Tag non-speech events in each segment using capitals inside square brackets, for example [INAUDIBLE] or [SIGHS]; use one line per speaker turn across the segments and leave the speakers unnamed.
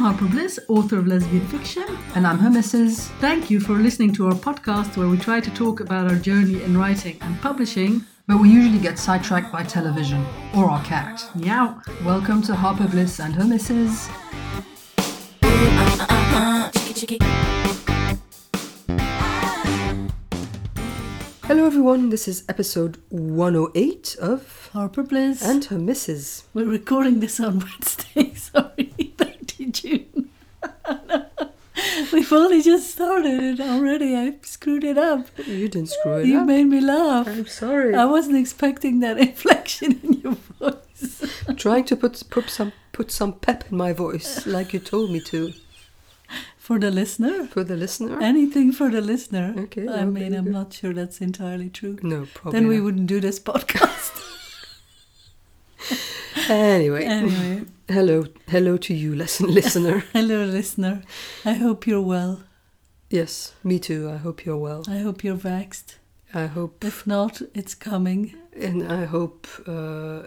Papa Bliss, author of lesbian fiction, and I'm her missus. Thank you for listening to our podcast where we try to talk about our journey in writing and publishing.
But we usually get sidetracked by television or our cat.
Meow.
Welcome to Harper Bliss and her missus. Hello, everyone. This is episode 108 of
Harper Bliss.
And Her Misses.
we're recording this on Wednesday, [LAUGHS] sorry, 30 June. We've only just started it already. I screwed it up.
You didn't screw it
You
up.
made me laugh.
I'm sorry.
I wasn't expecting that [LAUGHS] inflection in your voice.
Trying to put, put some put some pep in my voice, like you told me to,
For the listener,
for the listener.
anything for the listener.
Okay,
I
well,
mean,
there you
I'm
go.
not sure that's entirely true.
No, probably.
then we
not.
wouldn't do this
[LAUGHS]
[LAUGHS] podcast
Anyway,
anyway.
hello, hello to you, lesson listener.
Hello, listener. I hope you're well.
yes, me too. I hope you're well.
I hope you're vaxxed.
I hope
If not, it's coming.
And I hope uh,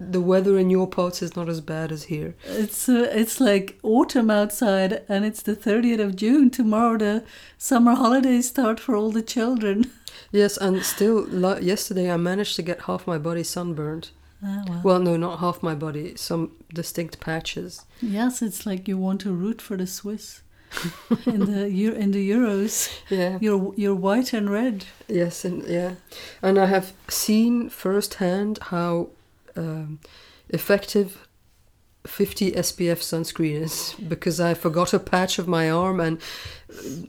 the weather in your parts is not as bad as here.
It's uh, it's like autumn outside, and it's the 30th of June. Tomorrow, the summer holidays start for all the children. [LAUGHS]
Yes, and still, li- yesterday I managed to get half my body sunburned.
Ah, well.
Well, no, not half my body, some distinct patches.
Yes, it's like you want to root for
[LAUGHS]
the Swiss in the Eu- in the Euros.
Yeah.
You're you're white and red.
Yes, and yeah. And I have seen firsthand how um, effective 50 SPF sunscreen is [LAUGHS] because I forgot a patch of my arm and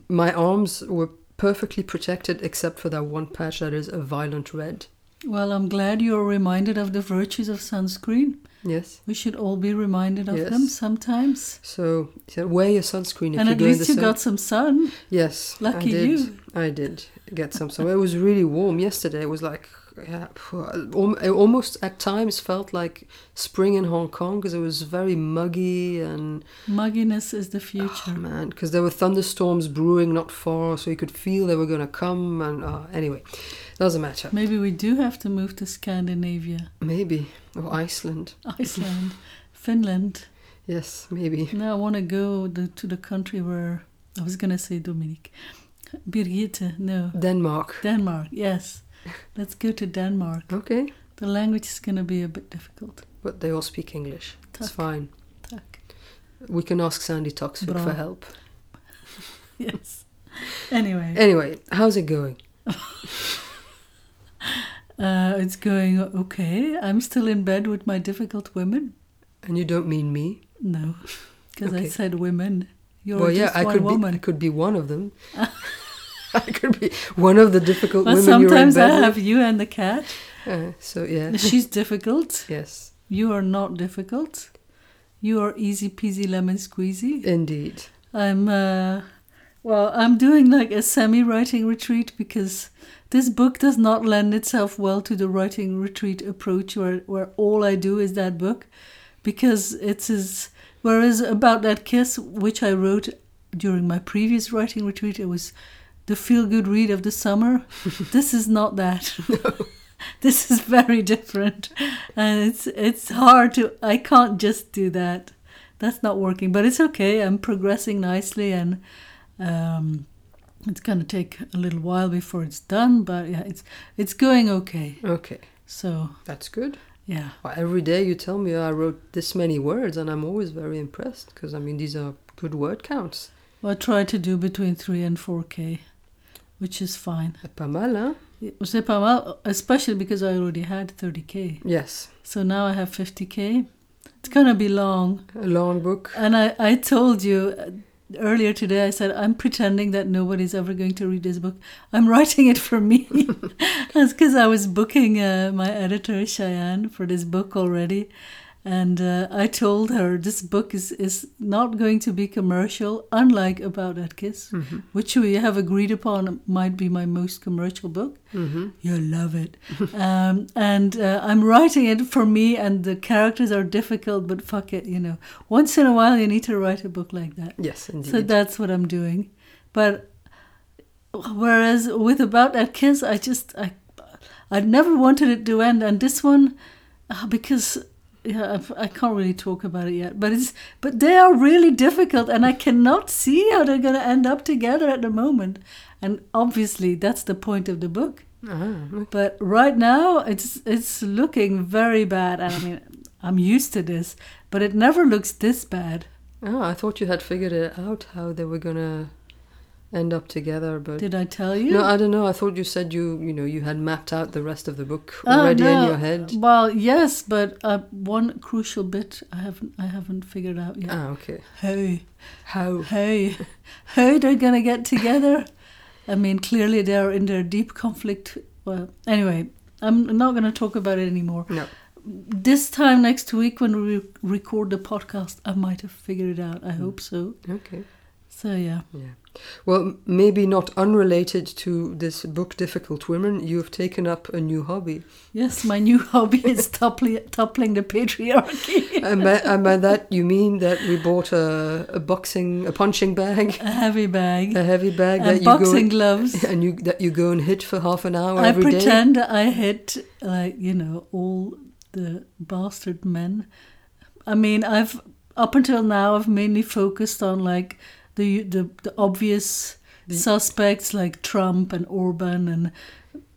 my arms were perfectly protected except for that one patch that is a violent red.
Well, I'm glad you're reminded of the virtues of sunscreen.
Yes.
We should all be reminded of
Yes.
them sometimes.
So, so wear your sunscreen if
and
you
at
go
least
in
you
the sun.
got some sun.
yes,
Lucky
I did.
you.
I did get some. So it was really warm yesterday. It was like yeah, phew, al- it almost at times felt like spring in Hong Kong because it was very muggy and
Mugginess is the
oh, [SIGHS]
future.
man, because there were thunderstorms brewing not far, so you could feel they were gonna come. And uh, anyway, doesn't matter.
Maybe we do have to move
[LAUGHS]
to Scandinavia,
Maybe or Iceland.
Iceland, Finland.
Yes, maybe.
Now I want to go the, to the country where I was going to say Dominique. Birgitte, no.
Denmark.
Denmark, yes. Let's go to Denmark.
Okay,
The language is going to be a bit difficult.
but they all speak English. It's
Tuck.
fine.
Tack.
We can ask Sandy Toxvig
Bra.
for help.
[LAUGHS] Yes. Anyway,
Anyway, how's it going?
uh, it's going okay. I'm still in bed with my difficult women.
And you don't mean me?
No, [LAUGHS] because I
Okay.
said women. You're
well, yeah,
just
I
one
could be. I
woman.
could be one of
[LAUGHS]
them. I could be one of the difficult
Well,
women
sometimes
you're
I
in bed
have you and the
[LAUGHS]
cat.
with. Uh, so
[LAUGHS]
yeah,
She's difficult.
yes,
You are not difficult. You are easy peasy lemon squeezy.
indeed.
I'm uh, well. I'm doing like a semi-writing retreat because this book does not lend itself well to the writing retreat approach, where where all I do is that book, because it is. Whereas about that kiss, which I wrote during my previous writing retreat, it was the feel-good read of the summer. this is not that. [LAUGHS] This is very different, and it's it's hard to. I can't just do that that's not working but it's okay i'm progressing nicely and um, it's going to take a little while before it's done but yeah it's it's going okay
Okay,
so
that's good.
yeah
Well, every day you tell me I wrote this many words, and I'm always very impressed because I mean these are good word counts.
well, i try to do between 3 and 4k which is fine
Pas mal, hein?
C'est pas mal, especially because i already had 30k
Yes,
so now i have 50k it's going to be long
a long book.
and i i told you uh, earlier today i said i'm pretending that nobody's ever going to read this book i'm writing it for me [LAUGHS] That's because I was booking uh, my editor Cheyenne for this book already, and uh, I told her this book is is not going to be commercial, unlike About That Kiss, which we have agreed upon might be my most commercial book. You'll love it, um, and uh, I'm writing it for me, and the characters are difficult, but fuck it, you know. Once in a while, you need to write a book like that.
Yes, indeed.
So that's what I'm doing. But whereas with about that kiss, I just I I never wanted it to end, and this one ah, because yeah, I've- I can't really talk about it yet, but it's but they are really difficult, and I cannot see how they're going to end up together at the moment. And obviously, that's the point of the book.
Ah,
But right now, it's it's looking very bad. And I mean, I'm used to this, but it never looks this bad.
ah, I thought you had figured it out how they were gonna end up together, but
Did I tell you?
no, I don't know. I thought you said you, you know, you had mapped out the rest of the book
Oh,
already in
no.
your head.
Well, yes, but uh, one crucial bit I haven't I haven't figured out yet.
Ah, okay.
How
How?
how how they're gonna get together? I mean, clearly they are in their deep conflict. Well, anyway, I'm not gonna talk about it anymore.
No.
This time next week when we record the podcast, I might have figured it out. I hope so.
Okay.
So yeah,
Yeah. Well, m- maybe not unrelated to this book, Difficult Women, you've taken up a new
[LAUGHS]
hobby.
yes, my new hobby
[LAUGHS]
is toppling toppling the patriarchy.
and, by, and by that, you mean that we bought a, a boxing, a punching bag, [LAUGHS]
A heavy bag
a heavy bag that
and
you
boxing
go
gloves.
[LAUGHS] and you that you go and hit for half an hour
I
every day.
pretend I hit like you know all the bastard men. I mean, I've up until now I've mainly focused on like the the, the obvious
The-
suspects like Trump and Orban and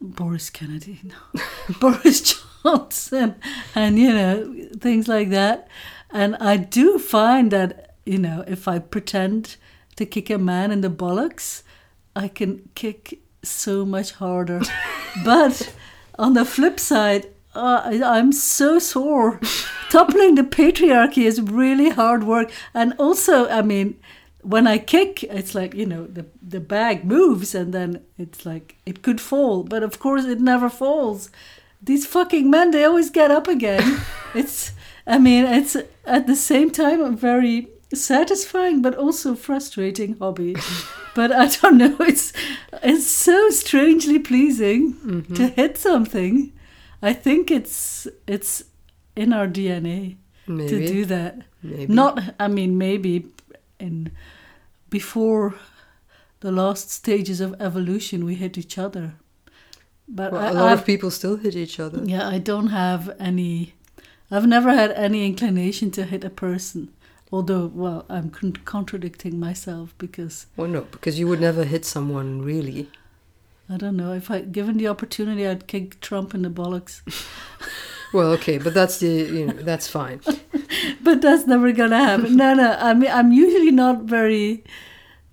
Boris Kennedy, no,
[LAUGHS]
[LAUGHS] Boris Johnson, and you know things like that. And I do find that you know if I pretend to kick a man in the bollocks, I can kick so much harder. but on the flip side, uh, I, I'm so sore. Toppling the patriarchy is really hard work. And also, I mean, when I kick, it's like, you know, the, the bag moves and then it's like it could fall. But of course, it never falls. These fucking men, they always get up again. it's, I mean, it's at the same time a very satisfying but also frustrating hobby. but I don't know, it's, it's so strangely pleasing to hit something. I think it's it's in our DNA
Maybe.
to do that.
maybe.
Not I mean maybe in before the last stages of evolution we hit each other. But
Well,
I,
a lot
uh, I've,
of people still hit each other.
yeah, I don't have any I've never had any inclination to hit a person. Although, well, I'm con- contradicting myself because
Well, no, because you would never hit someone really.
I don't know if I given the opportunity I'd kick Trump in the bollocks.
Well, okay, but that's the you know that's fine.
but that's never gonna happen. No, no. I mean, I'm usually not very.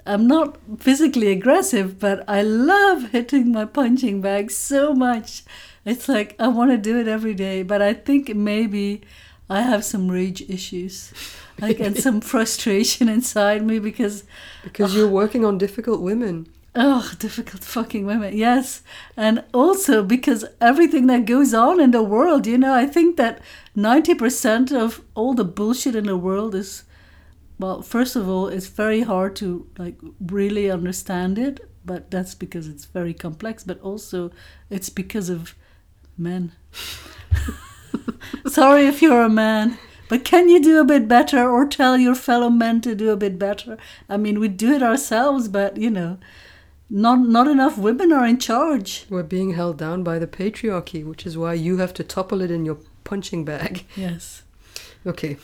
I'm not physically aggressive, but I love hitting my punching bag so much. It's like I want to do it every day, but I think maybe I have some rage issues, like and some frustration inside me because
Because you're working on difficult women.
Oh, difficult fucking women. Yes. And also because everything that goes on in the world, you know, I think that 90% of all the bullshit in the world is, well, first of all, it's very hard to like really understand it, but that's because it's very complex, but also it's because of men. [LAUGHS] Sorry if you're a man, but can you do a bit better or tell your fellow men to do a bit better? I mean, we do it ourselves, but you know, not not enough women are in charge.
We're being held down by the patriarchy, which is why you have to topple it in your punching bag. [LAUGHS]
Yes,
Okay,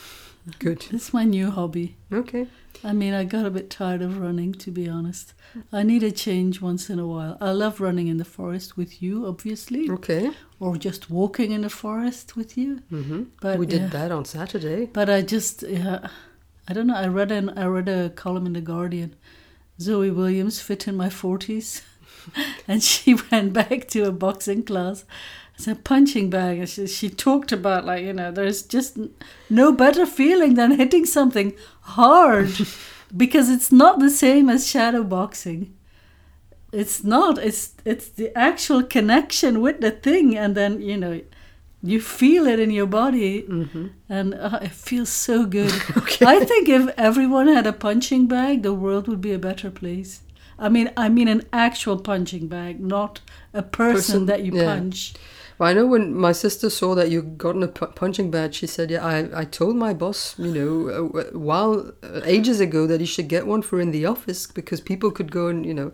good.
this is my new hobby.
Okay.
I mean, I got a bit tired of running, to be honest. I need a change once in a while. I love running in the forest with you, obviously,
Okay.
or just walking in the forest with you.
hmm
But
we did
yeah.
that on Saturday. [LAUGHS]
But I just, yeah, I don't know. I read an I read a column in the Guardian. Zoe Williams fit in my forties, [LAUGHS] and she [LAUGHS] went back to a boxing class. It's a punching bag, and she, she talked about like you know there's just n- no better feeling than hitting something hard, because it's not the same as shadow boxing. It's not. It's it's the actual connection with the thing, and then you know, you feel it in your body
Mm-hmm.
and uh, it feels so good. [LAUGHS]
[LAUGHS] Okay.
I think if everyone had a punching bag, the world would be a better place. I mean, I mean an actual punching bag, not a person,
Person,
that you
yeah.
punch.
Well, I know when my sister saw that you got in a pu- punching bag, she said, "Yeah, I, I told my boss, you know, uh, w- while uh, ages ago that he should get one for in the office because people could go and you know."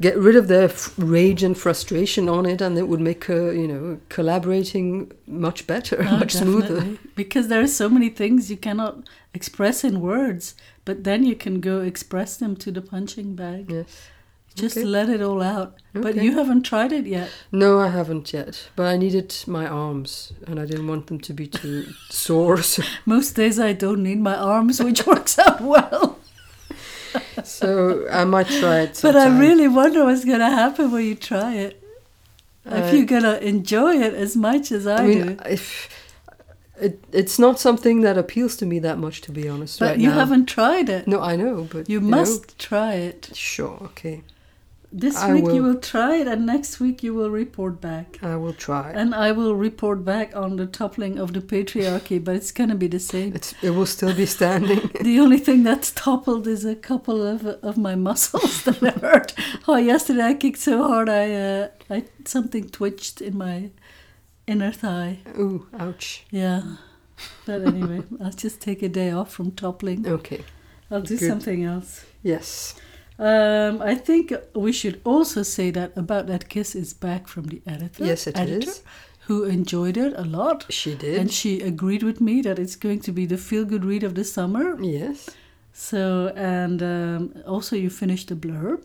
get rid of their f- rage and frustration on it, and it would make uh, you know collaborating much better,
Oh,
[LAUGHS] much smoother.
definitely. Because there are so many things you cannot express in words, but then you can go express them to the punching bag.
Yes.
Just
Okay.
let it all out. But
Okay.
you haven't tried it yet.
No, I haven't yet, but I needed my arms, and I didn't want them to be too [LAUGHS] sore. So,
Most days I don't need my arms, which [LAUGHS] works out
[LAUGHS]
well.
so I might try it.
But I
sometime.
really wonder what's going to happen when you try it.
I-
if you're going to enjoy it as much as I,
Uh, I mean,
do.
if it, it's not something that appeals to me that much, to be honest.
But
right
you
now.
haven't tried it.
No, I know, but
you
know,
must try it.
sure, okay.
This
I
week you
will.
will try it, and next week you will report back.
I will try.
And I will report back on the toppling of the patriarchy, but it's going to be
[LAUGHS]
the same.
It's, it will still be standing. [LAUGHS]
The only thing that's toppled is a couple of of my muscles that [LAUGHS] I hurt. Oh, yesterday I kicked so hard, I uh, I something twitched in my inner thigh.
Ooh, ouch.
Yeah, but anyway,
[LAUGHS]
I'll just take a day off from toppling.
Okay.
I'll do
Oh, Good.
something else.
Yes.
Um, I think we should also say that about that kiss is back from the editor.
Yes, it is.
editor, Who enjoyed it a lot.
She did.
And she agreed with me that it's going to be the feel good read of the summer.
yes.
So, and um, also you finished the blurb.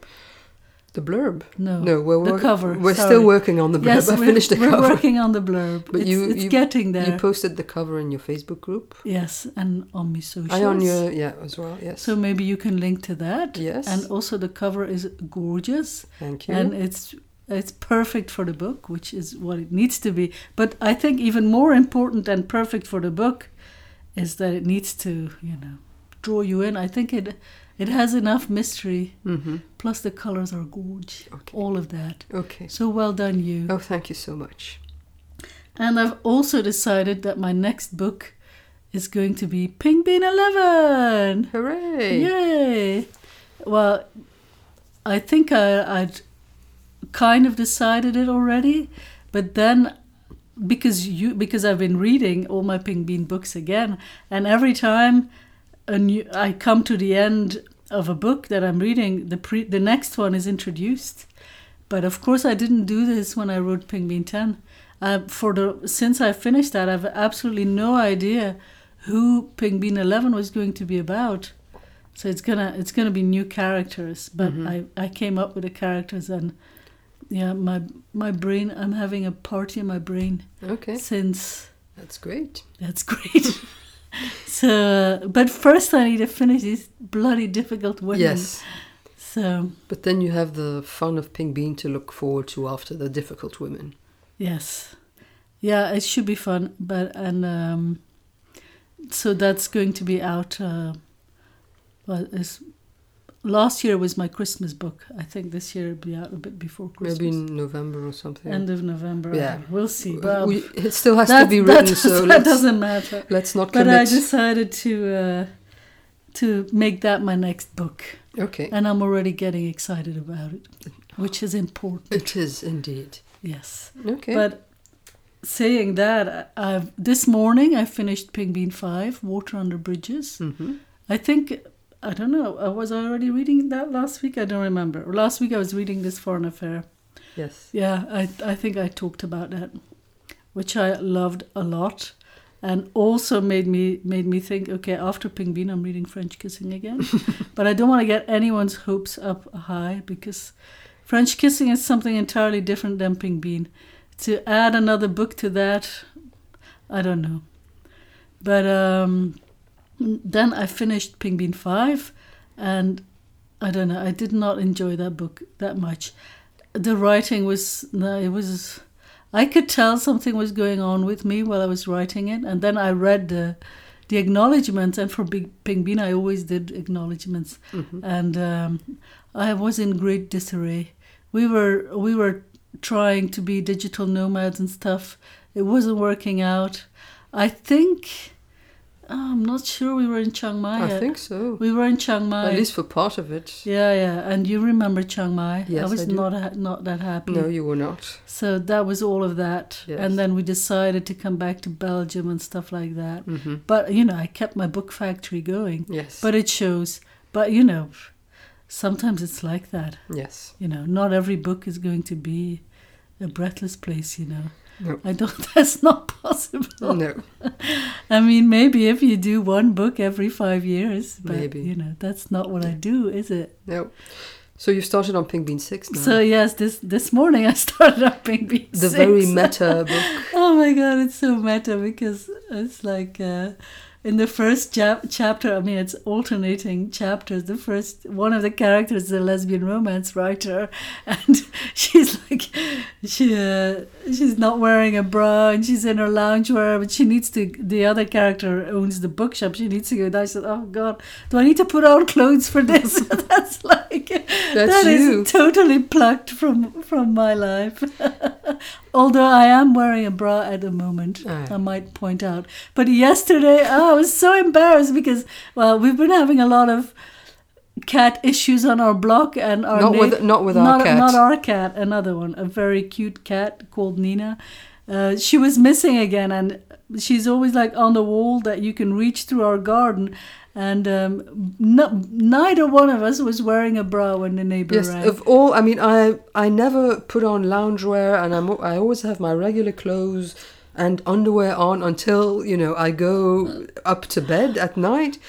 The blurb.
No.
No, we're
Oh, the
work-
cover.
We're
sorry.
still working on the blurb.
Yes,
I
we're,
finished the
we're
cover.
working on the blurb.
But
it's
you-
it's
you-
getting there.
[LAUGHS] You posted the cover in your Facebook group.
yes, and on my socials.
I on your yeah as well. Yes.
So maybe you can link to that.
Yes.
And also the cover is gorgeous.
Thank you.
and it's it's perfect for the book, which is what it needs to be. But I think even more important than perfect for the book is that it needs to, you know, draw you in. I think it it has enough mystery.
mm-hmm.
Plus the colors are gorgeous,
Okay.
all of that.
Okay.
So well done you.
Oh, thank you so much.
And I've also decided that my next book is going to be Pink Bean Eleven.
Hooray!
Yay! Well, I think I, I'd kind of decided it already, but then because you because I've been reading all my Pink Bean books again, and every time a new, I come to the end of a book that I'm reading, the pre, the next one is introduced. But of course, I didn't do this when I wrote Pink Bean Ten. Uh, for the since I finished that, I've absolutely no idea who Pink Bean Eleven was going to be about. So it's gonna it's gonna be new characters, but
Mhm.
I, I came up with the characters and yeah my my brain I'm having a party in my brain
Okay,
since
that's great.
that's great. [LAUGHS] so but first I need to finish these bloody difficult women.
Yes,
So
but then you have the fun of Pink Bean to look forward to after the difficult women.
yes, yeah it should be fun. But and um, so that's going to be out. Uh, well, it's, last year was my Christmas book. I think this year it'll be out a bit before Christmas.
Maybe in November or something.
End of November.
Yeah.
okay, We'll see.
W-
Well,
we- it still has to
that-
be
[LAUGHS] that
written,
does-
so
that
let's,
doesn't matter.
let's not
But
commit.
I decided to uh, to make that my next book,
Okay,
and I'm already getting excited about it, which is important.
it is indeed.
Yes,
Okay,
but saying that, I, I've this morning I finished Pink Bean Five: Water Under Bridges.
hmm
I think. I don't know. I was already reading that last week. I don't remember. Last week I was reading this foreign affair.
yes,
Yeah, I I think I talked about that, which I loved a lot, and also made me made me think. Okay, after Ping Bean, I'm reading French Kissing again, but I don't want to get anyone's hopes up high because French Kissing is something entirely different than Ping Bean. To add another book to that, I don't know. But um, then I finished Ping Bean Five, and I don't know. I did not enjoy that book that much the writing was no, it was I could tell something was going on with me while I was writing it, and then I read the the acknowledgements. And for Big Ping Bean, I always did acknowledgements,
hmm
and um, I was in great disarray. We were we were trying to be digital nomads and stuff. It wasn't working out. I think I'm not sure we were in Chiang Mai.
I
yet.
think so.
we were in Chiang Mai.
At least for part of it.
Yeah, yeah, and you remember Chiang Mai? I
Yes,
was
I do.
not ha- not that happy.
No, you were not.
So that was all of that,
Yes.
and then we decided to come back to Belgium and stuff like that.
hmm
But you know, I kept my book factory going,
Yes,
but it shows. But you know, sometimes it's like that. [LAUGHS]
Yes.
You know, not every book is going to be a breathless place, you know. [LAUGHS]
No. Mm.
I don't, that's not possible.
No.
I mean, maybe if you do one book every five years, but
Maybe.
you know, that's not what I do, is it?
No. So you started on Pink Bean Six now.
So yes, this this morning I [LAUGHS] started up Pink Bean
the
Six.
very meta book.
oh my god, it's so meta because it's like uh, in the first chap- chapter. I mean, it's alternating chapters. The first one of the characters is a lesbian romance writer, [LAUGHS] and she's like, she uh, she's not wearing a bra and she's in her loungewear, but she needs to. The other character owns the bookshop. She needs to go down. She said, "Oh God, do I need to put on clothes for this?" [LAUGHS] That's like
[LAUGHS] That's
[LAUGHS] that is
you.
totally plucked from from my life. [LAUGHS] Although I am wearing a bra at the moment,
Ah.
I might point out. But yesterday, [LAUGHS] oh, I was so embarrassed because well, we've been having a lot of cat issues on our block and our
Not
neigh-
with not with our
not,
cat.
not our cat, another one, a very cute cat called Nina. Uh, she was missing again, and she's always like on the wall that you can reach through our garden. And um, no, neither one of us was wearing a bra when the neighbor
Yes,
rang.
of all, I mean, I I never put on loungewear, and I'm al- I always have my regular clothes and underwear on until you know I go up to bed at night.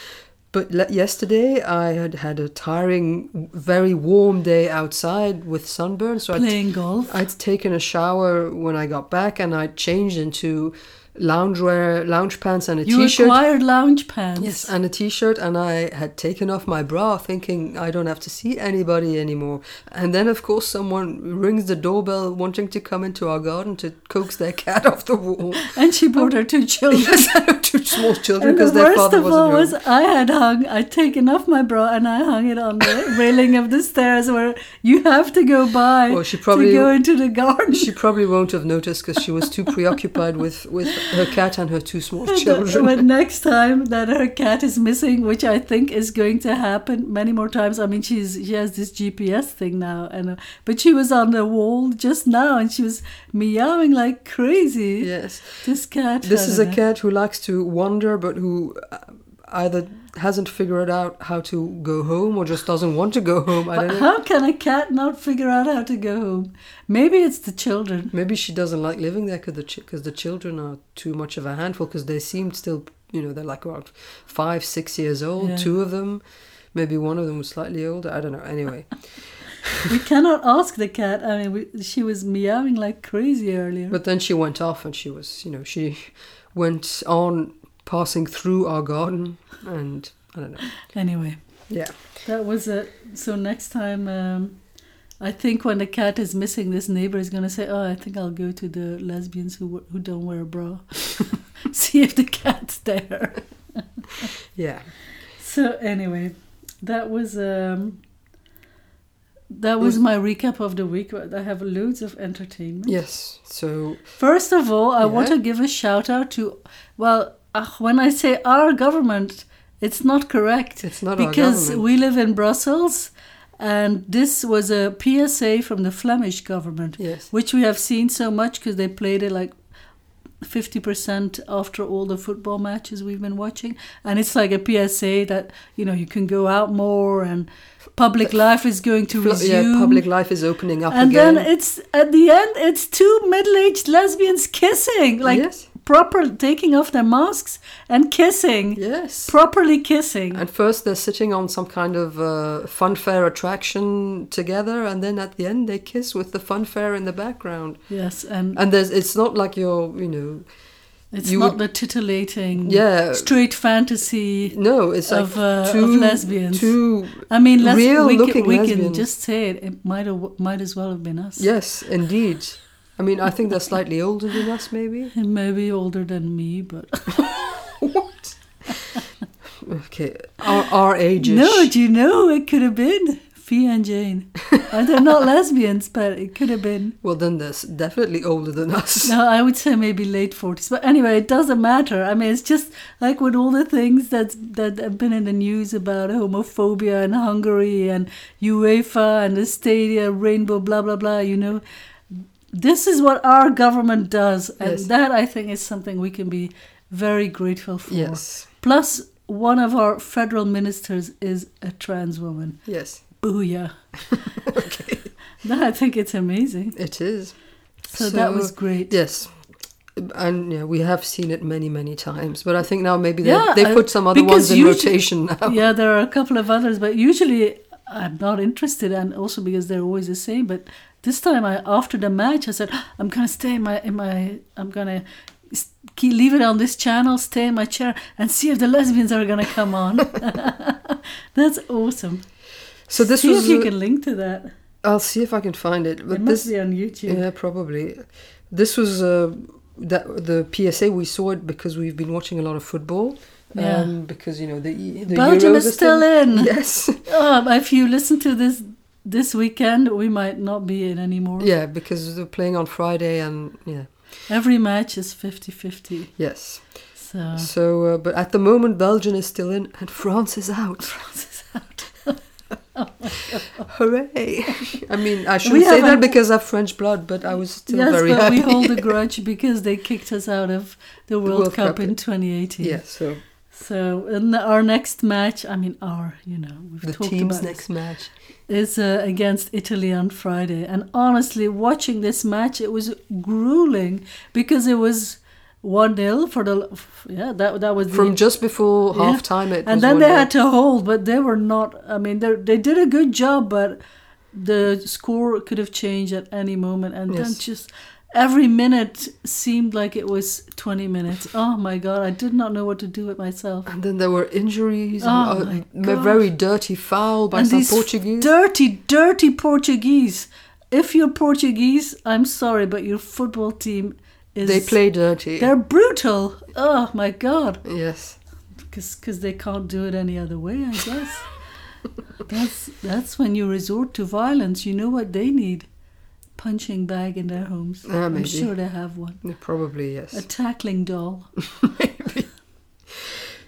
But le- yesterday I had had a tiring, very warm day outside with sunburn, so I
playing golf.
I'd taken a shower when I got back, and I changed into loungewear, lounge pants, and a
You
shirt
acquired lounge pants.
Yes, and a t-shirt, and I had taken off my bra, thinking I don't have to see anybody anymore. And then, of course, someone rings the doorbell, wanting to come into our garden to coax their cat [LAUGHS] off the
[LAUGHS]
wall.
And she brought her
[LAUGHS]
two children.
yes, two small children
And the
because their
worst
father
of all
wasn't
was [LAUGHS]
home.
I had hung, I'd taken off my bra and I hung it on the [LAUGHS] railing of the stairs where you have to go by
Well, she probably-
to go into the garden.
She probably won't have noticed because she was too preoccupied with with her cat and her two
[LAUGHS]
small children.
But next time that her cat is missing, which I think is going to happen many more times. I mean, she's she has this GPS thing now, and uh, but she was on the wall just now, and she was meowing like crazy.
Yes.
This cat.
This
I
is a
don't know.
cat who likes to wander, but who uh, either hasn't figured out how to go home or just doesn't want to go home. I don't
But
know.
how can a cat not figure out how to go home? Maybe it's the children.
Maybe she doesn't like living there because the, ch- 'cause the children are too much of a handful because they seem still, you know, they're like around five, six years old,
Yeah.
two of them. Maybe one of them was slightly older. I don't know.
[LAUGHS]
Anyway,
we
[LAUGHS]
cannot ask the cat. I mean, we, she was meowing like crazy earlier.
but then she went off and she was, you know, she went on passing through our garden and I don't know.
anyway.
Yeah.
That was it. So next time, um, I think when the cat is missing, this neighbor is gonna say, "Oh, I think I'll go to the lesbians who w- who don't wear a bra, [LAUGHS] see if the cat's there."
Yeah.
So anyway, that was um, that was my recap of the week. but I have loads of entertainment.
Yes. So,
First of all, I want
Yeah.
to give a shout out to well, ah, when I say our government, it's not correct
It's not our
because
government.
we live in Brussels, and this was a PSA from the Flemish government,
yes.
which we have seen so much because they played it like. 50% after all the football matches we've been watching and it's like a PSA that you know you can go out more and public life is going to
Fl-
resume
yeah, public life is opening up
and
again.
then it's at the end it's two middle-aged lesbians kissing like
Yes.
proper taking off their masks and kissing
yes.
properly kissing
And first they're sitting on some kind of uh, funfair attraction together, and then at the end they kiss with the funfair in the background.
yes and
And there's it's not like you're, you know,
it's
you
not
would-
the titillating
yeah, Mm.
straight fantasy
no, it's like
of, uh,
two
of lesbians.
two.
i mean let's,
real
we, can,
looking
we can
lesbians.
just say it it might, a- might as well have been us
Yes, indeed. I mean, I think they're slightly older than us, maybe.
and maybe older than me but [LAUGHS]
What? Okay, our, our ages.
no do you know it could have been fee
[LAUGHS]
and jane and they're not lesbians but it could have been
Well, then they're s- definitely older than us.
[LAUGHS] No, I would say maybe late forties. But anyway, it doesn't matter. I mean, it's just like with all the things that that have been in the news about homophobia in Hungary and UEFA and the stadia, rainbow, blah blah blah. You know, this is what our government does, and
Yes.
that I think is something we can be very grateful for.
Yes,
Plus, one of our federal ministers is a trans woman.
yes. [LAUGHS]
booyah. [LAUGHS] No, I think it's amazing.
It is.
So, that
So,
was great.
Yes. And yeah, we have seen it many, many times. But I think now maybe they,
Yeah,
they
I-
put some other
because
ones in
usually-
rotation
[LAUGHS]
now.
yeah, there are a couple of others, but usually I'm not interested, and also because they're always the same. But this time, I after the match, I said I'm gonna stay in my in my I'm gonna s- ke- leave it on this channel, stay in my chair, and see if the lesbians are gonna come
[LAUGHS]
on. [LAUGHS] That's awesome.
So this
see
was.
if you
uh,
can link to that.
I'll see if I can find it. But
it
this.
must be on YouTube.
Yeah, probably. This was uh, that the PSA. We saw it because we've been watching a lot of football.
Yeah.
Um, because you know the, E- the
Belgium
Euros
is
are
still in.
[LAUGHS] Yes.
[LAUGHS] Um, if you listen to this this weekend, we might not be in anymore.
yeah, because they're playing on Friday and yeah.
Every match is 50-50.
Yes.
So
So, uh, but at the moment, Belgium is still in and France is out. [LAUGHS] Hooray! I mean, I shouldn't say
have
that
an-
because I have French blood, but I was still
yes,
very
but
happy.
we hold a grudge because they kicked us out of the World,
World
Cup,
Cup.
in
[LAUGHS]
2018.
yeah. So
So in our next match, I mean our, you know, we've
the
talked
team's
about
next match.
this, is uh, against Italy on Friday. And honestly, watching this match, it was grueling because it was one 0 for the yeah that that was the-
From just before
Yeah.
half time, it
and
was
then
one
they
nil.
had to hold, but they were not. I mean, they they did a good job, but the score could have changed at any moment. And then
Yes.
just every minute seemed like it was twenty minutes. Oh my god, I did not know what to do with myself.
And then there were injuries,
Oh
and,
my
a
God.
very dirty foul by
and
some
these
Portuguese.
dirty, dirty Portuguese. If you're Portuguese, I'm sorry, but your football team is
they play dirty.
They're brutal. Oh my god.
Yes.
because they can't do it any other way, I
[LAUGHS]
guess. that's that's when you resort to violence. You know what they need? Punching bag in their homes.
Ah,
I'm
maybe.
sure they have one.
Yeah, Probably,
A
yes.
tackling doll.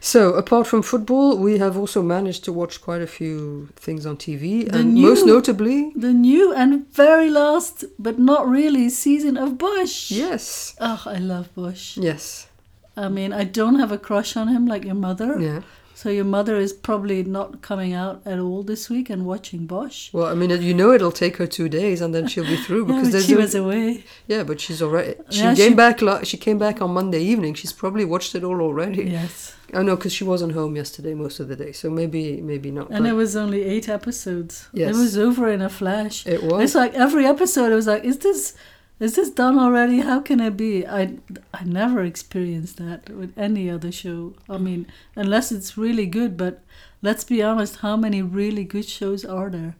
So, apart from football, we have also managed to watch quite a few things on TV.
The
and most
new-
notably,
The new and very last, but not really, season of Bush.
yes.
Oh, I love Bush.
Yes.
I mean, I don't have a crush on him like your mother.
Yeah.
So your mother is probably not coming out at all this week and watching Bosch.
Well, I mean, you know, it'll take her two days, and then she'll be through
[LAUGHS] Yeah,
because
but
there's
she
no-
was away.
yeah, but she's already. She
Yeah,
came
she-
back. la- She came back on Monday evening. She's probably watched it all already.
Yes.
Oh no, because she wasn't home yesterday most of the day, so maybe maybe not.
And
but
it was only eight episodes.
Yes.
It was over in a flash.
it was.
It's like every episode, it was like, is this, is this done already? How can it be? I, I never experienced that with any other show. I mean, unless it's really good, but let's be honest, how many really good shows are there?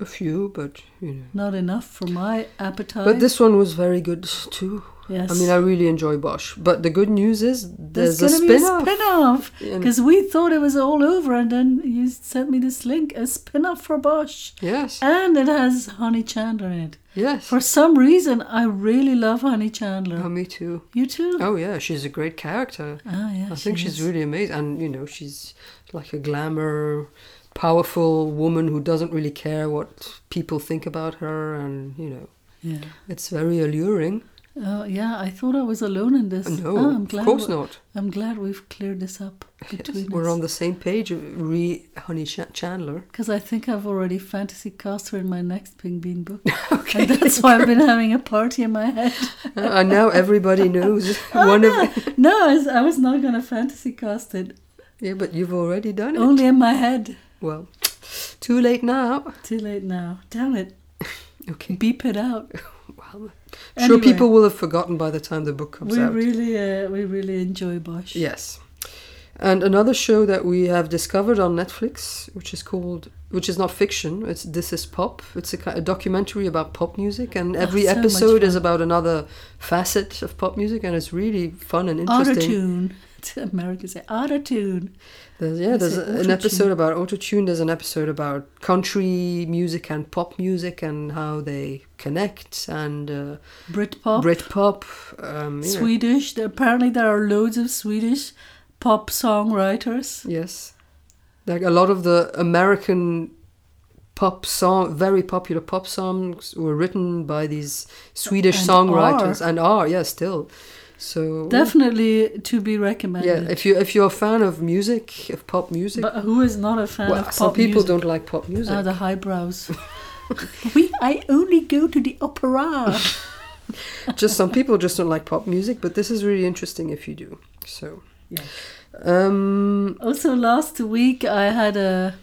a few, but you know.
Not enough for my appetite.
But this one was very good too.
yes.
I mean, I really enjoy Bosch. But the good news is there's, a
gonna be
spin off.
a spin-off
And-
because we thought it was all over, and then you sent me this link, a spin-off for Bosch,
Yes,
and it has Honey Chandler in it.
yes.
For some reason, I really love Honey Chandler.
Oh, me too.
you too?
Oh, yeah, she's a great character.
Ah, yeah.
I think
she
she's
is.
really amazing. And, you know, she's like a glamour, powerful woman who doesn't really care what people think about her. And, you know,
Yeah.
it's very alluring.
Oh, yeah. I thought I was alone in this.
No,
Ah, I'm
of
glad
course
we-
not.
I'm glad we've cleared this
[LAUGHS]
up between
We're
us.
on the same page, re Honey Ch-
[LAUGHS]
Chandler.
Because I think I've already fantasy cast her in my next Ping Bean
[LAUGHS]
book.
Okay.
And that's
[LAUGHS]
why I've been having a party in my head.
Uh, and now everybody
[LAUGHS]
knows [LAUGHS] one of.
Oh, No, I was, I was not going to fantasy cast it.
Yeah, but you've already done it.
Only in my head.
Well, too late now.
Too late now. Damn it.
Okay.
Beep it out.
Well, sure,
Anyway.
people will have forgotten by the time the book comes
We
out.
really, uh, we really enjoy Bosch.
yes. And another show that we have discovered on Netflix, which is called, which is not fiction. It's This Is Pop. It's a, ki- a documentary about pop music, and every
Oh, so much
episode is
fun.
about another facet of pop music, and it's really fun and
Auto
interesting.
tune. [LAUGHS] Americans say auto tune.
There's, yeah,
They
there's
say
a- an
auto-tune.
episode about auto tune. There's an episode about country music and pop music and how they connect and uh,
Britpop.
Britpop. Um, you know.
Swedish. There- Apparently, there are loads of Swedish pop songwriters.
Yes. Like a lot of the American pop song, very popular pop songs were written by these Swedish
And
songwriters and are, yeah, still. So
Definitely to be recommended.
yeah, if you if you're a fan of music, of pop music,
But who is not a fan
well,
of pop
some people
music?
don't like pop music.
Ah, the highbrows. we, I only go to the opera.
[LAUGHS] just some people just don't like pop music, but this is really interesting if you do. So
Yes.
um,
Also, last week I had a,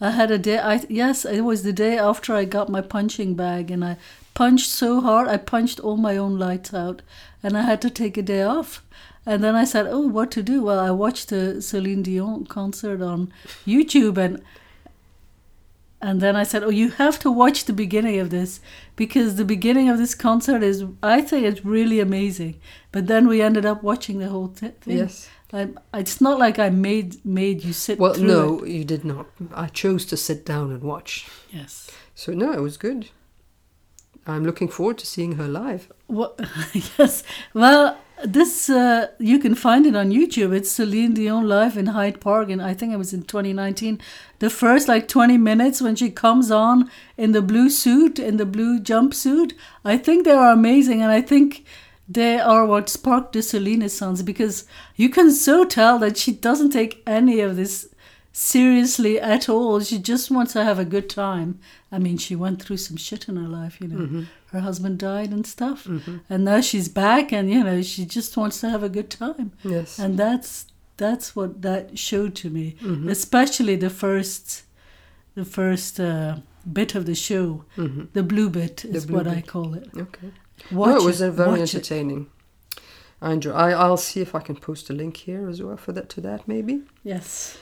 I had a day. I yes, it was the day after I got my punching bag, and I punched so hard I punched all my own lights out, and I had to take a day off. And then I said, "Oh, what to do?" Well, I watched the Celine Dion concert on YouTube, and and then I said, "Oh, you have to watch the beginning of this because the beginning of this concert is, I think, it's really amazing." But then we ended up watching the whole t- thing.
yes.
I, it's not like I made made you sit
Well,
through it.
no, you did not. I chose to sit down and watch.
Yes.
So no, it was good. I'm looking forward to seeing her live.
What, [LAUGHS] yes. Well, this uh, you can find it on YouTube. It's Celine Dion live in Hyde Park, and I think it was in 2019. The first like 20 minutes when she comes on in the blue suit, in the blue jumpsuit, I think they are amazing, and I think they are what sparked the Celine Renaissance because you can so tell that she doesn't take any of this seriously at all. She just wants to have a good time. I mean, she went through some shit in her life, you know.
Mm-hmm.
Her husband died and stuff. And now she's back and you know, she just wants to have a good time.
Yes.
And that's that's what that showed to me,
Mm-hmm.
especially the first the first uh, bit of the show. The blue bit is
Mm-hmm. blue
what I
bit.
call it.
Okay.
Watch
no, it was uh, very
watch it.
entertaining. I enjoy. I, I'll see if I can post a link here as well for that to that maybe.
Yes.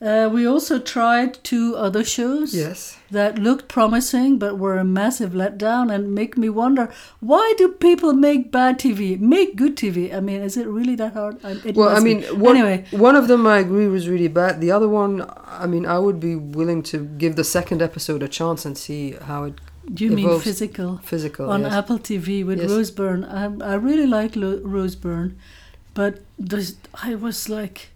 Uh, we also tried two other shows
Yes.
that looked promising but were a massive letdown and make me wonder why do people make bad TV? Make good TV. I mean, is it really that hard? I- It
Well, I
must be.
mean, one,
anyway,
one of them I agree was really bad. The other one, I mean, I would be willing to give the second episode a chance and see how it
do you mean
evolves-
physical
physical.
on
Oh, yes.
Apple TV with
Yes.
Rose Byrne? I, I really like Lo- Rose Byrne, but there's, I was like,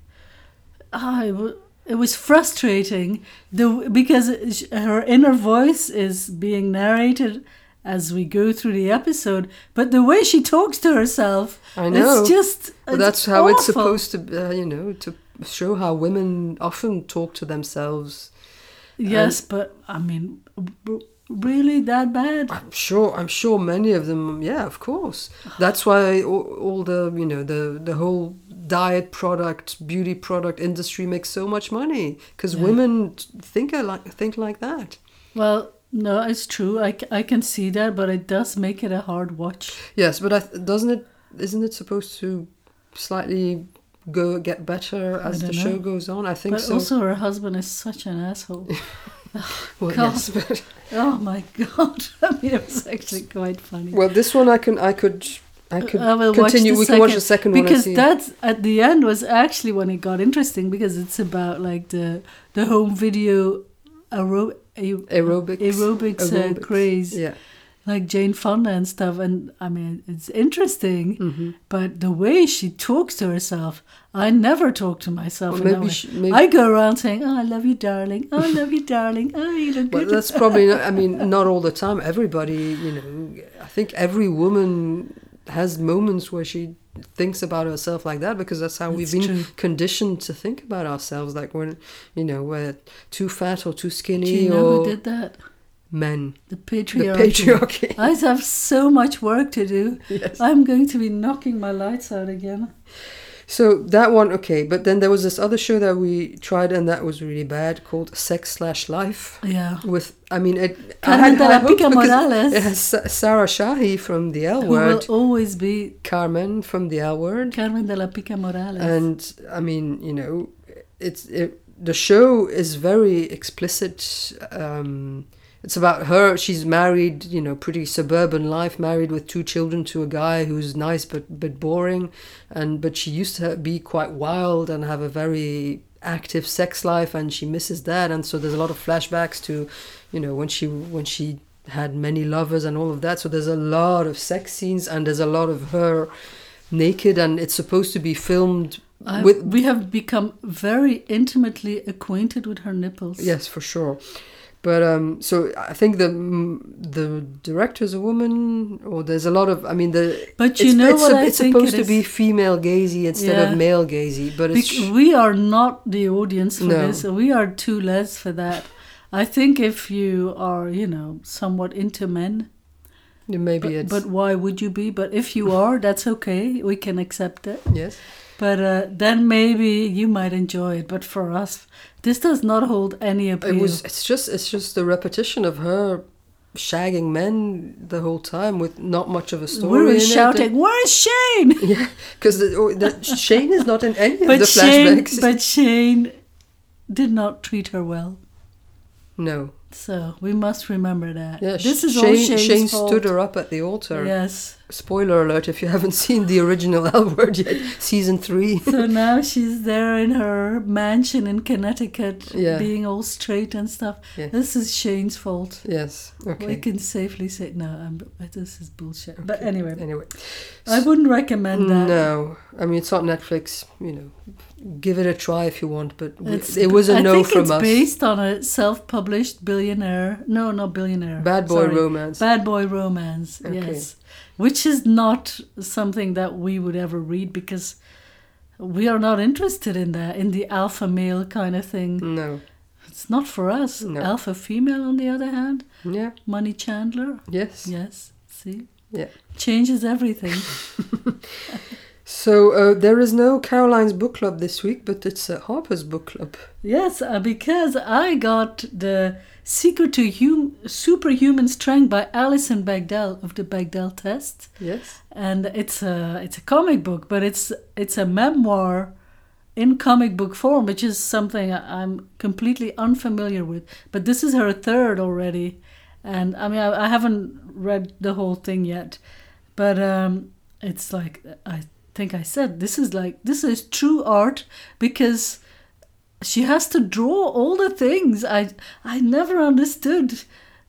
I w- it was frustrating the because sh- her inner voice is being narrated as we go through the episode, but the way she talks to herself,
I know.
it's just
But
it's
that's how it's
awful.
supposed to, uh, you know, to show how women often talk to themselves.
Yes, but I mean, r- really that bad?
I'm sure. I'm sure many of them. Yeah, of course. That's why all, all the, you know, the the whole diet product, beauty product industry makes so much money because women t- think I like think like that.
Well, no, it's true. I, c- I can see that, but it does make it a hard watch.
Yes, but I th- doesn't it? Isn't it supposed to slightly go get better as the
don't
show
know.
goes on? I think
But
so.
also, her husband is such an
[LAUGHS]
asshole.
well,
God.
yes, but- [LAUGHS]
oh my god! [LAUGHS] I mean, it was actually quite funny.
well, this one I can I could I could
I will watch
continue.
the
we can watch the second
second,
one. and
because
see.
that's at the end was actually when it got interesting because it's about like the the home video aero- aerobics,
aerobics,
aerobics, Uh,
aerobics.
craze,
Yeah,
like Jane Fonda and stuff. And I mean, it's interesting,
Mhm.
but the way she talks to herself, I never talk to myself.
Well,
in that
maybe
way.
she- maybe-
I go around saying, "Oh, I love you, darling. Oh, I love you, darling. Oh, you look
well,
good."
that's probably. Not, I mean, not all the time. Everybody, you know, I think every woman has moments where she thinks about herself like that because that's how we've
That's
been
true.
conditioned to think about ourselves. Like when, you know, we're too fat or too
Do
skinny
you know
or
who did that?
men.
The
The
patriarchy.
patriarchy. [LAUGHS]
I have so much work to do.
yes.
I'm going to be knocking my lights out again.
So that one, okay. But then there was this other show that we tried, and that was really bad, called Sex Slash Life.
Yeah.
With, I mean, it. I
Carmen
had high hopes
Tarapica
because [LAUGHS]
Morales,
It has Sa- Sarah Shahi from The L
who will
Word,
always be
Carmen from The L Word,
Carmen de la Pica Morales.
and I mean, you know, it's it, the show is very explicit. Um, it's about her. She's married, you know, pretty suburban life, married with two children to a guy who's nice but but boring, and but she used to be quite wild and have a very active sex life, and she misses that, and so there's a lot of flashbacks to, you know, when she when she had many lovers and all of that. So there's a lot of sex scenes, and there's a lot of her naked, and it's supposed to be filmed
I-
with
we have become very intimately acquainted with her nipples.
Yes, for sure. But um, so I think the the director is a woman, or there's a lot of. I mean, the
But you know
it's,
what
a-
I
it's
think
supposed
it
to be
is?
female gazy instead
Yeah.
of male gazy, but it's
Bec- we are not the audience for
No.
this. We are too less for that. I think if you are, you know, somewhat into men,
maybe
but,
it's
but why would you be? But if you are, that's okay. We can accept it.
yes.
But uh, then maybe you might enjoy it. But for us, this does not hold any appeal.
It was. It's just. It's just the repetition of her shagging men the whole time with not much of a story.
we were
in
shouting, "Where's Shane?"
It. Yeah, because the, oh,
[LAUGHS]
the Shane is not in any of [LAUGHS] the
But Shane,
flashbacks.
but Shane did not treat her well.
no.
So we must remember that.
Yeah,
this is
Shane,
all Shane's
Shane
fault.
stood her up at the altar.
Yes.
Spoiler alert if you haven't seen the original [LAUGHS] L Word yet, season three.
So [LAUGHS] now she's there in her mansion in Connecticut,
Yeah.
being all straight and stuff.
Yeah.
This is Shane's fault.
Yes, okay.
We can safely say no. I'm, this is bullshit. But
Okay,
anyway,
Anyway,
I wouldn't recommend that.
no, I mean, it's not Netflix, you know, give it a try if you want, but we,
It's-
it was a
I
no
think
from
it's
us.
based on a self-published billionaire. No, not billionaire.
Bad boy
sorry.
romance.
Bad boy romance.
Okay.
Yes, which is not something that we would ever read because we are not interested in that in the alpha male kind of thing.
no.
It's not for us.
Mm. No.
Alpha female, on the other hand,
Yeah,
Money Chandler.
yes.
Yes, see,
Yeah.
changes everything.
So uh, there is no Caroline's book club this week, but it's uh, Harper's book club.
Yes, uh, because I got the Secret to hum- Superhuman Strength by Alison Bagdell of the Bagdell Test,
Yes.
and it's a it's a comic book, but it's it's a memoir in comic book form, which is something I- I'm completely unfamiliar with. But this is her third already, and I mean I, I haven't read the whole thing yet, but um, it's like I think I said this is like this is true art because she has to draw all the things i i never understood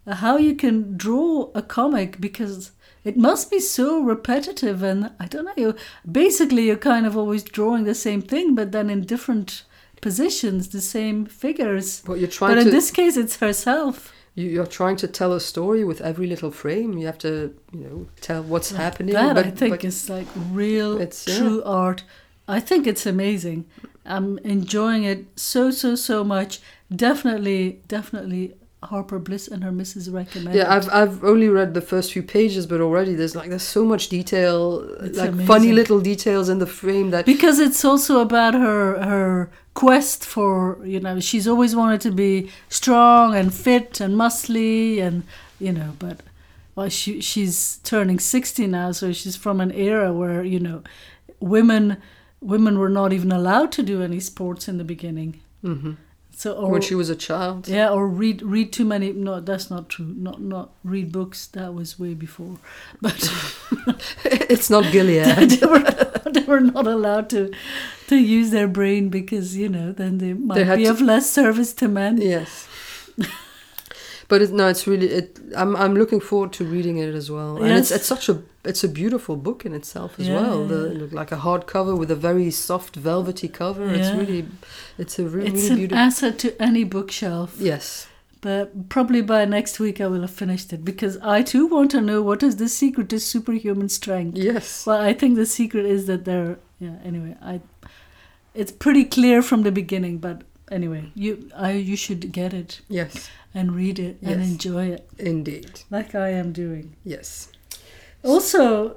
how you can draw a comic because it must be so repetitive and i don't know you basically you're kind of always drawing the same thing but then in different positions the same figures
But you're trying
but in
to
this case it's herself
you, you're trying to tell a story with every little frame. You have to you know tell what's happening.
that
but-
i think
but-
is like real
It's- yeah.
true art i think it's amazing i'm enjoying it so so so much definitely definitely harper bliss and her mrs recommend
Yeah,
it.
I've I've only read the first few pages, but already there's like there's so much detail,
It's
like funny
amazing.
little details in the frame that
because it's also about her her quest for you know she's always wanted to be strong and fit and muscly and you know but well she she's turning 60 now so she's from an era where you know women women were not even allowed to do any sports in the beginning
hmm
so or
when she was a child.
yeah, or read read too many. No, that's not true. Not not read books. That was way before. But
[LAUGHS]
[LAUGHS]
it's not Gilead.
they, were, they were not allowed to to use their brain because you know then they might
had
be
to-
of less service to men.
yes. But it, no, it's really it. I'm I'm looking forward to reading it as well, and it's
Yes.
it's such a it's a beautiful book in itself as
Yeah,
well.
yeah,
The, like a hardcover with a very soft velvety cover. It's
Yeah.
really, it's a really,
It's
really
an
beautiful.
asset to any bookshelf.
Yes,
But probably by next week I will have finished it because I too want to know what is the secret to superhuman strength.
yes.
Well, I think the secret is that there. Yeah. Anyway, I. It's pretty clear from the beginning, but anyway, you I you should get it
Yes,
and read it and
Yes.
enjoy it
indeed.
like I am doing.
Yes.
Also,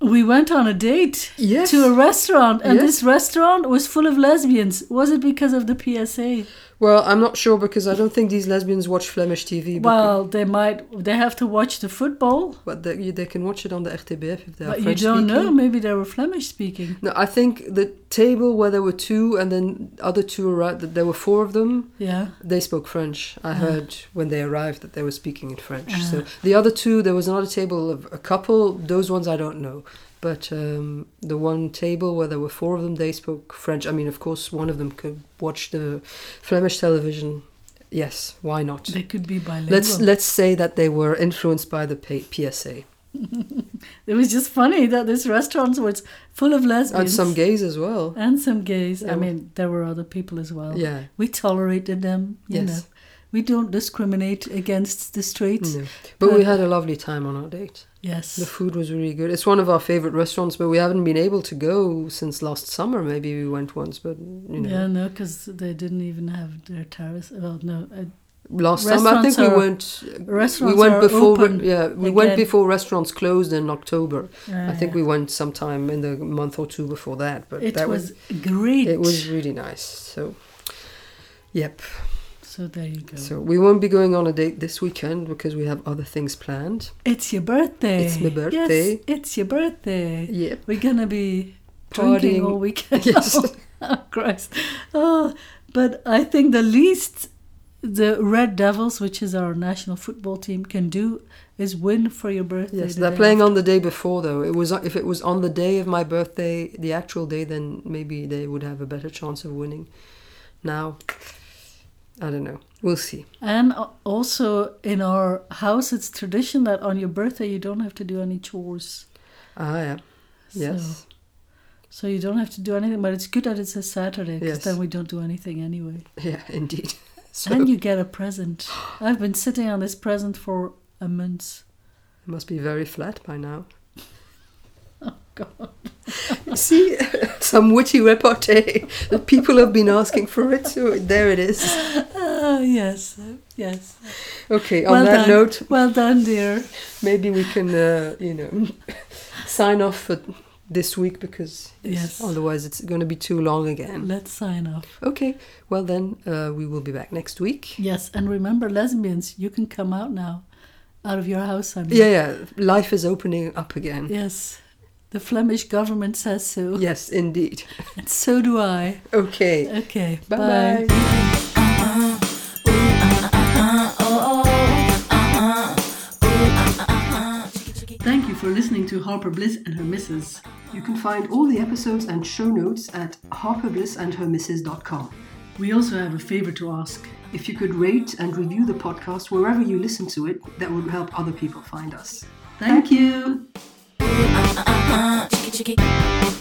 we went on a date
Yes.
to a restaurant, and
Yes.
this restaurant was full of lesbians. Was it because of the PSA?
well, I'm not sure because I don't think these lesbians watch Flemish TV. But
Well, they might. They have to watch the football,
but they, you- they can watch it on the RTBF if they are
but you
French
don't know.
speaking.
Maybe they were Flemish speaking.
No, I think the table where there were two and then other two arrived. that There were four of them.
Yeah.
They spoke French. I heard when they arrived that they were speaking in French. So
Ah.
the other two, there was another table of a couple. Those ones I don't know. But um, the one table where there were four of them, they spoke French. I mean, of course, one of them could watch the Flemish television. Yes, why not?
They could be bilingual.
Let's let's say that they were influenced by the P- PSA
it was just funny that this restaurant was full of lesbians
and some gays as well.
And some gays.
Yeah.
Oh, I mean, there were other people as well.
Yeah.
We tolerated them. You
Yes.
know, we don't discriminate against the straight.
No. Mm. But we
Uh,
had a lovely time on our date. The
Yes.
food was really good. It's one of our favorite restaurants, but we haven't been able to go since last summer. Maybe we went once, but you know,
Yeah, no, because they didn't even have their terrace. Well, no, uh,
last summer I think we
Restaurants are-
went. We
restaurants
went
are
before.
open
yeah, we went
again.
before restaurants closed in October.
uh,
I think we went sometime in the month or two before that. But
It
that
was great.
it was really nice. So, yep.
So there you go.
So we won't be going on a date this weekend because we have other things planned.
it's your birthday.
It's my birthday.
Yes, it's your birthday.
Yep.
We're gonna be drinking
Partying.
all weekend.
[LAUGHS] Yes.
[LAUGHS] Oh, Christ. Oh, but I think the least the Red Devils, which is our national football team, can do is win for your birthday.
Yes,
the
they're
day
playing
after.
on the day before though. It was if it was on the day of my birthday, the actual day, then maybe they would have a better chance of winning. Now, I don't know. We'll see.
And a- also in our house, it's tradition that on your birthday you don't have to do any chores.
Ah, yeah.
So,
Yes. [LAUGHS]
so you don't have to do anything, but it's good that it's a Saturday because
Yes.
then we don't do anything anyway.
Yeah, indeed. [LAUGHS] So
And you get a present. I've been sitting on this present for a month.
it must be very flat by
[LAUGHS]
now.
Oh, God.
[LAUGHS] See, [LAUGHS] some witty repartee. The people have been asking for it, so there it is.
Ah, yes, yes.
Okay. On
Well
that
done.
note,
Well done, dear.
maybe we can, uh, you know, [LAUGHS] sign off for this week because
Yes.
otherwise it's going to be too long again.
Let's sign off.
Okay, well then uh, we will be back next week.
Yes, and remember, lesbians, you can come out now, out of your house. I mean.
Yeah, yeah, life is opening up again.
Yes, the Flemish government says so,
Yes, indeed.
and so do I.
Okay,
Okay,
bye bye.
Thank you for listening to Harper Bliss and her missus.
You can find all the episodes and show notes at harperblissandhermisses.com.
We also have a favor to ask.
If you could rate and review the podcast wherever you listen to it, that would help other people find us.
Thank you.
chicky chicky